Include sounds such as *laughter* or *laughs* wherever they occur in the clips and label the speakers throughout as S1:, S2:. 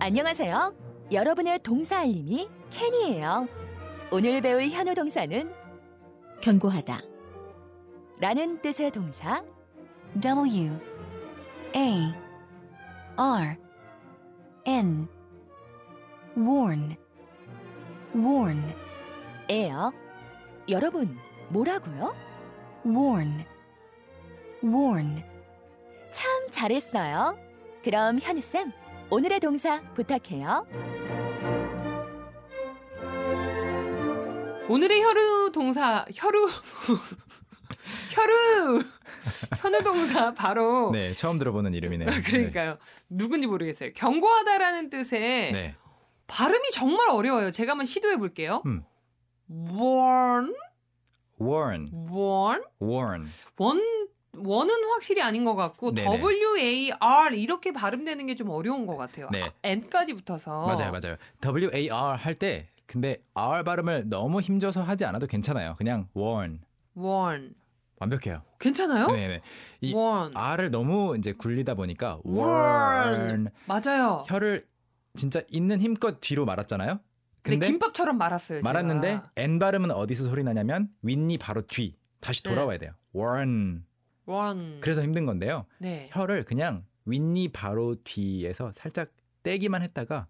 S1: 안녕하세요. 여러분의 동사 알림이 캔이에요. 오늘 배울 현우 동사는
S2: 경고하다.
S1: 라는 뜻의 동사
S3: W A R N warn warn
S1: 에요. 여러분, 뭐라고요?
S3: warn warn
S1: 참 잘했어요. 그럼 현우쌤, 오늘의 동사 부탁해요.
S4: 오늘의 혈우 동사 혈우 혈우 현우 동사 바로
S5: 네, 처음 들어보는 이름이네요.
S4: 아, 그러니까요 누군지 모르겠어요 경고하다라는 뜻의
S5: 네. 네.
S4: 발음이 정말 어려워요 제가 한번 시도해 볼게요
S5: 음.
S4: warn
S5: warn,
S4: warn
S5: warn.
S4: 원 원은 확실히 아닌 것 같고
S5: 네네.
S4: W A R 이렇게 발음되는 게 좀 어려운 것 같아요
S5: 네.
S4: N까지 붙어서
S5: 맞아요, 맞아요. W A R 할 때 근데 R 발음을 너무 힘줘서 하지 않아도 괜찮아요. 그냥 warn.
S4: warn
S5: 완벽해요.
S4: 괜찮아요
S5: 네, 네. 이
S4: warn
S5: R을 너무 이제 굴리다 보니까
S4: warn
S5: warn.
S4: 맞아요
S5: 혀를 진짜 있는 힘껏 뒤로 말았잖아요.
S4: 근데,
S5: 근데
S4: 김밥처럼 아. 말았어요 제가.
S5: 말았는데 N 발음은 어디서 소리 나냐면 윗니 바로 뒤 다시
S4: 네.
S5: 돌아와야 돼요.
S4: 음.
S5: warn.
S4: warn
S5: 그래서 힘든 건데요.
S4: 네.
S5: 혀를 그냥 윗니 바로 뒤에서 살짝 떼기만 했다가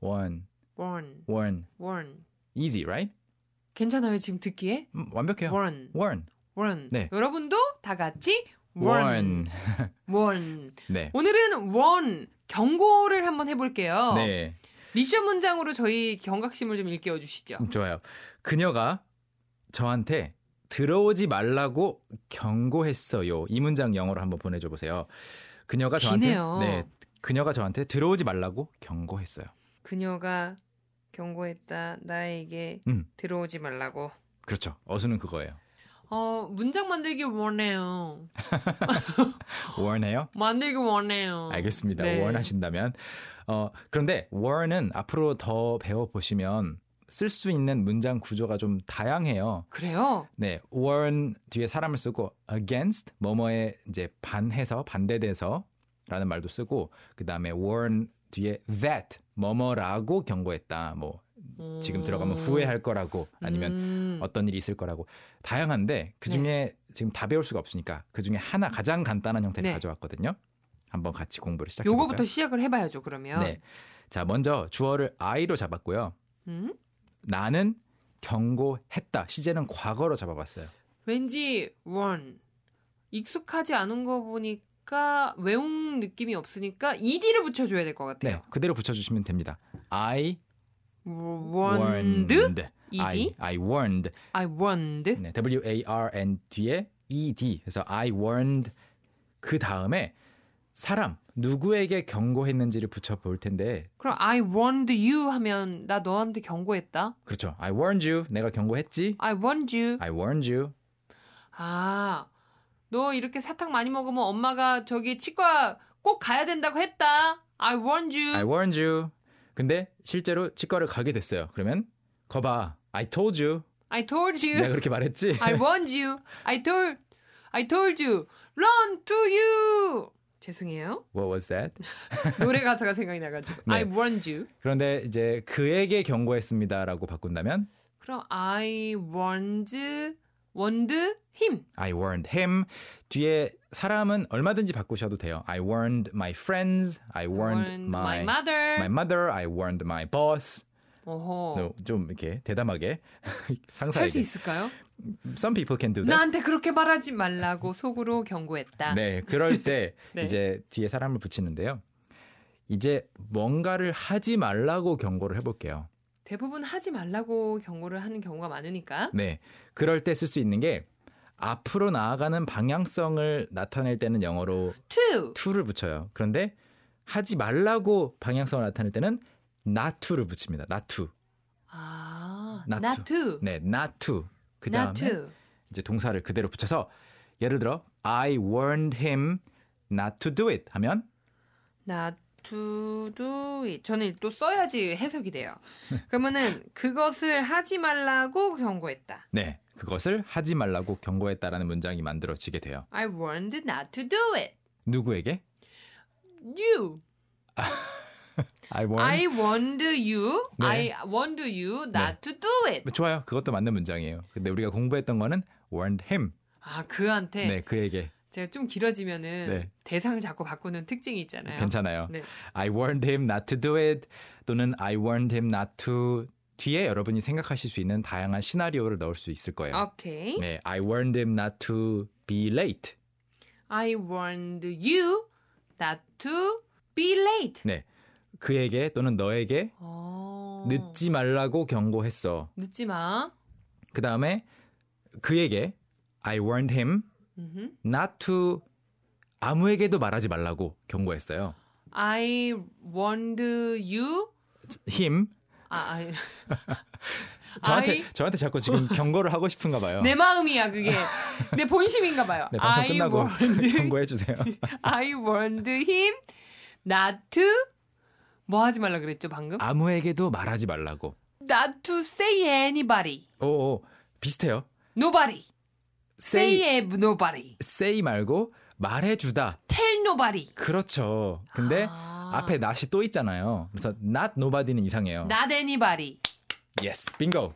S5: 원,
S4: warn,
S5: 원,
S4: warn.
S5: easy, right?
S4: 괜찮아요 지금 듣기에?
S5: 음, 완벽해요.
S4: warn,
S5: 원,
S4: warn.
S5: 네.
S4: 여러분도 다 같이
S5: 원.
S4: warn, warn.
S5: 네.
S4: 오늘은 warn 경고를 한번 해볼게요.
S5: 네,
S4: 미션 문장으로 저희 경각심을 좀 일깨워 주시죠.
S5: 음, 좋아요. 그녀가 저한테 들어오지 말라고 경고했어요. 이 문장 영어로 한번 보내줘 보세요. 그녀가 저한테
S4: 기네요.
S5: 네, 그녀가 저한테 들어오지 말라고 경고했어요.
S4: 그녀가 경고했다 나에게
S5: 음.
S4: 들어오지 말라고.
S5: 그렇죠. 어수는 그거예요.
S4: 어 문장 만들기 원해요.
S5: 원해요?
S4: 만들기 원해요.
S5: 알겠습니다.
S4: 네.
S5: 원하신다면. 어, 그런데 원은 앞으로 더 배워보시면 쓸 수 있는 문장 구조가 좀 다양해요.
S4: 그래요?
S5: 네, warn 뒤에 사람을 쓰고 against 뭐뭐에 이제 반해서 반대돼서라는 말도 쓰고 그 다음에 warn 뒤에 that 뭐뭐라고 경고했다. 뭐 지금 들어가면 후회할 거라고 아니면
S4: 음. 네.
S5: 어떤 일이 있을 거라고 다양한데 그 중에 지금 다 배울 수가 없으니까 그 중에 하나 가장 간단한 형태를
S4: 네.
S5: 가져왔거든요. 한번 같이 공부를 시작해 볼까요?
S4: 요거부터 시작을 해봐야죠 그러면.
S5: 네. 자, 먼저 주어를 I로 잡았고요.
S4: 음?
S5: 나는 경고했다. 시제는 과거로 잡아봤어요.
S4: 왠지 원 익숙하지 않은 거 보니까 외운 느낌이 없으니까 ed를 붙여줘야 될 것
S5: 네.
S4: 같아요.
S5: 그대로 붙여주시면 됩니다. I
S4: 원드 ed
S5: 네. I, I warned.
S4: I 원드
S5: 네, W-A-R-N 뒤에 E-D. E 그래서 I warned. 그 다음에 사람, 누구에게 경고했는지를 붙여볼 텐데
S4: 그럼 I warned you 하면 나 너한테 경고했다.
S5: 그렇죠. I warned you. 내가 경고했지.
S4: I warned you.
S5: I warned you.
S4: 아, 너 이렇게 사탕 많이 먹으면 엄마가 저기 치과 꼭 가야 된다고 했다. I warned you.
S5: I warned you. 근데 실제로 치과를 가게 됐어요. 그러면 거봐. I 네. told you.
S4: I told you.
S5: *laughs* 내가
S4: *laughs*
S5: 그렇게 말했지?
S4: I warned you. I told I told you. Run to you. 죄송해요.
S5: What was that?
S4: 노래 가사가 생각이 나가지고.
S5: 네.
S4: I warned you.
S5: 그런데 이제 그에게 경고했습니다라고 바꾼다면
S4: 그럼 I warned warned him.
S5: I warned him. 뒤에 사람은 얼마든지 바꾸셔도 돼요. I warned my friends. I warned, my,
S4: my mother.
S5: my mother. I warned my boss.
S4: 어허.
S5: No, 좀 이렇게 대담하게 *laughs*
S4: 할 수
S5: 상사에게.
S4: 있을까요?
S5: Some people can do that.
S4: 나한테 그렇게 말하지
S5: *laughs*
S4: 말라고 속으로 경고했다.
S5: 네, 그럴 때
S4: *laughs* 네.
S5: 이제 뒤에 사람을 붙이는데요. 이제 뭔가를 하지 말라고 경고를 해볼게요.
S4: 대부분 하지 말라고 경고를 하는 경우가 많으니까.
S5: 네, 그럴 때 쓸 수 있는 게 앞으로 나아가는 방향성을 나타낼 때는 영어로
S4: To
S5: to를 붙여요. 그런데 하지 말라고 방향성을 나타낼 때는 not to를 붙입니다. not to.
S4: 아,
S5: Not
S4: not to.
S5: 네, not to. 그
S4: not
S5: 다음에
S4: to.
S5: 이제 동사를 그대로 붙여서 예를 들어 I warned him not to do it 하면
S4: Not to do it. 저는 또 써야지 해석이
S5: *laughs*
S4: 돼요. 그러면은 그것을 하지 말라고 경고했다.
S5: 네, 그것을 하지 말라고 경고했다라는 문장이 만들어지게 돼요.
S4: I warned not to do it.
S5: 누구에게?
S4: You.
S5: I warn.
S4: I warned you.
S5: 네.
S4: I warned you not to do it.
S5: 좋아요. 그것도 맞는 문장이에요. 근데 우리가 공부했던 거는 warned him.
S4: 아 그한테
S5: 네, 그에게
S4: 제가 좀 길어지면은
S5: 네.
S4: 대상을 자꾸 바꾸는 특징이 있잖아요.
S5: 괜찮아요.
S4: 네.
S5: I warned him not to do it 또는 I warned him not to 뒤에 여러분이 생각하실 수 있는 다양한 시나리오를 넣을 수 있을 거예요.
S4: 아, 오케이.
S5: 네, I warned him not to be late.
S4: I warned you not to be late.
S5: 네, 그에게 또는 너에게
S4: 어.
S5: 늦지 말라고 경고했어.
S4: 늦지 마.
S5: 그 다음에 그에게 I warned him
S4: 음흠.
S5: not to 아무에게도 말하지 말라고 경고했어요.
S4: I warned you.
S5: him
S4: 아, 아
S5: 저한테
S4: I-
S5: 저한테 자꾸
S4: *laughs*
S5: 지금 경고를 하고 싶은가 봐요.
S4: 내 마음이야 그게 내 본심인가 봐요.
S5: 네, 방송
S4: I
S5: 끝나고
S4: warned
S5: *laughs* 경고해 주세요.
S4: I warned him not to 뭐 하지 말라 그랬죠 방금?
S5: 아무에게도 말하지 말라고.
S4: Not to say anybody,
S5: 오, 오 비슷해요.
S4: nobody, say, nobody,
S5: say 말고 말해주다.
S4: tell nobody.
S5: 그렇죠. 근데
S4: 아.
S5: 앞에 not이 또 있잖아요. 그래서 not nobody는 이상해요.
S4: not anybody.
S5: yes, bingo.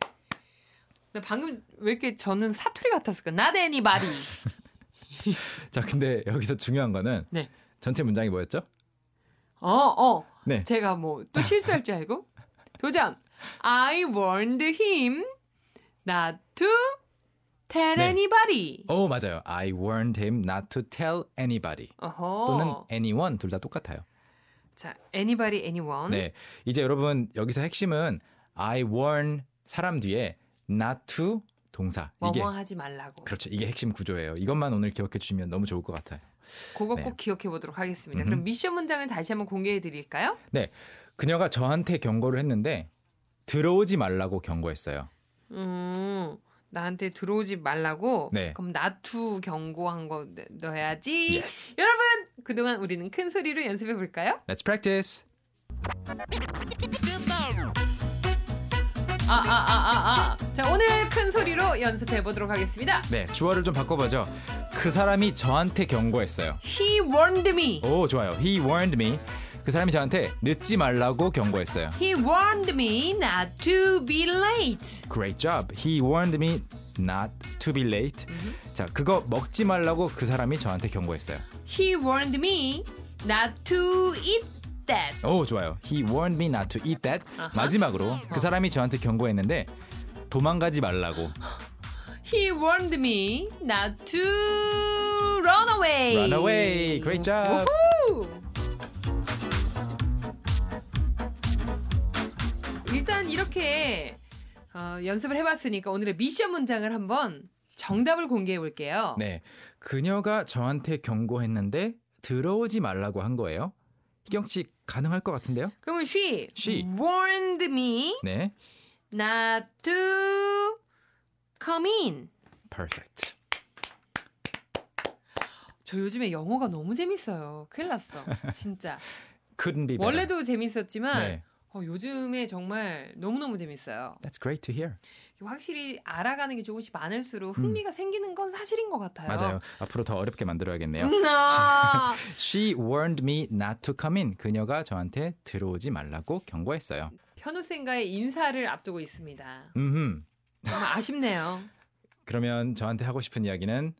S4: 나 방금 왜 이렇게 저는 사투리 같았을까? Not anybody.
S5: 자, 근데 여기서 중요한 거는
S4: 네.
S5: 전체 문장이 뭐였죠?
S4: 어, 어.
S5: 네.
S4: 제가 뭐 또 실수할 줄 알고 도전. I warned him not to tell
S5: 네.
S4: anybody.
S5: 오, 맞아요. I warned him not to tell anybody.
S4: 어허.
S5: 또는 anyone 둘 다 똑같아요.
S4: 자, anybody, anyone.
S5: 네. 이제 여러분 여기서 핵심은 I warn 사람 뒤에 not to 동사. 이게
S4: 뭐뭐 하지 말라고.
S5: 그렇죠. 이게 핵심 구조예요. 이것만 오늘 기억해 주시면 너무 좋을 것 같아요.
S4: 그거
S5: 네.
S4: 꼭 기억해 보도록 하겠습니다.
S5: 음흠.
S4: 그럼 미션 문장을 다시 한번 공개해 드릴까요?
S5: 네. 그녀가 저한테 경고를 했는데 들어오지 말라고 경고했어요.
S4: 음. 나한테 들어오지 말라고.
S5: 네.
S4: 그럼 나투 경고한 거 넣- 넣어야지.
S5: Yes.
S4: 여러분, 그동안 우리는 큰 소리로 연습해 볼까요?
S5: Let's practice.
S4: 아, 아, 아, 아, 아. 자, 오늘 큰 소리로 연습해 보도록 하겠습니다.
S5: 네, 주어를 좀 바꿔보죠. 그 사람이 저한테 경고했어요.
S4: He warned me.
S5: 오, 좋아요. He warned me. 그 사람이 저한테 늦지 말라고 경고했어요.
S4: He warned me not to be late.
S5: Great job. He warned me not to be late.
S4: 음.
S5: 자, 그거 먹지 말라고 그 사람이 저한테 경고했어요.
S4: He warned me not to eat that.
S5: 오, 좋아요. He warned me not to eat that.
S4: 아하.
S5: 마지막으로 그 사람이 저한테 경고했는데 도망가지 말라고.
S4: He warned me not to run away.
S5: Run away. Great job.
S4: 우후. 일단 이렇게 어, 연습을 해봤으니까 오늘의 미션 문장을 한번 정답을 공개해 볼게요.
S5: 네. 그녀가 저한테 경고했는데 들어오지 말라고 한 거예요. 희경 씨 가능할 것 같은데요?
S4: 그러면 she,
S5: She.
S4: warned me
S5: 네.
S4: not to come in.
S5: Perfect.
S4: 저 요즘에 영어가 너무 재밌어요. 큰일
S5: *laughs*
S4: 났어. 진짜.
S5: Couldn't be better.
S4: 원래도 재밌었지만
S5: 네.
S4: 어, 요즘에 정말 너무너무 재밌어요.
S5: That's great to hear.
S4: 확실히 알아가는 게 조금씩 많을수록 흥미가 생기는 건 사실인 것 같아요.
S5: 음. 맞아요. 음. 앞으로 더 어렵게 만들어야겠네요.
S4: 나
S5: She warned me not to come in. 그녀가 저한테 들어오지 말라고 경고했어요.
S4: *laughs* 현우 쌤과의 인사를 앞두고 있습니다.
S5: 음.
S4: 정말 아쉽네요.
S5: 그러면 저한테 하고 싶은 이야기는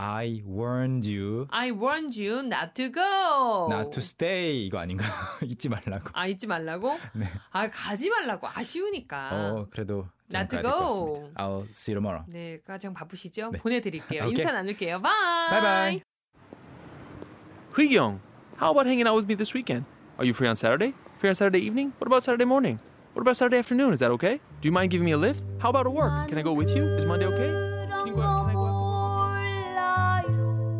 S5: I warned you
S4: I warned you not to go.
S5: not to stay 이거 아닌가요? *laughs* 잊지 말라고.
S4: 아 잊지 말라고. 아 가지 말라고 아쉬우니까.
S5: 네. 어, 그래도 저는
S4: Not to
S5: 가야 될것
S4: go.
S5: 같습니다. I'll see you tomorrow.
S4: 네 가장 바쁘시죠?
S5: 네.
S4: 보내드릴게요.
S5: 오케이.
S4: 인사 나눌게요. 바이.
S5: 바이바이.
S6: Young, how about hanging out with me this weekend? Are you free on Saturday? Free on Saturday evening? What about Saturday morning? What about Saturday afternoon? Is that okay? Do you mind giving me a lift? How about at work? Can I go with you? Is Monday okay? Can you go out? Can I go out?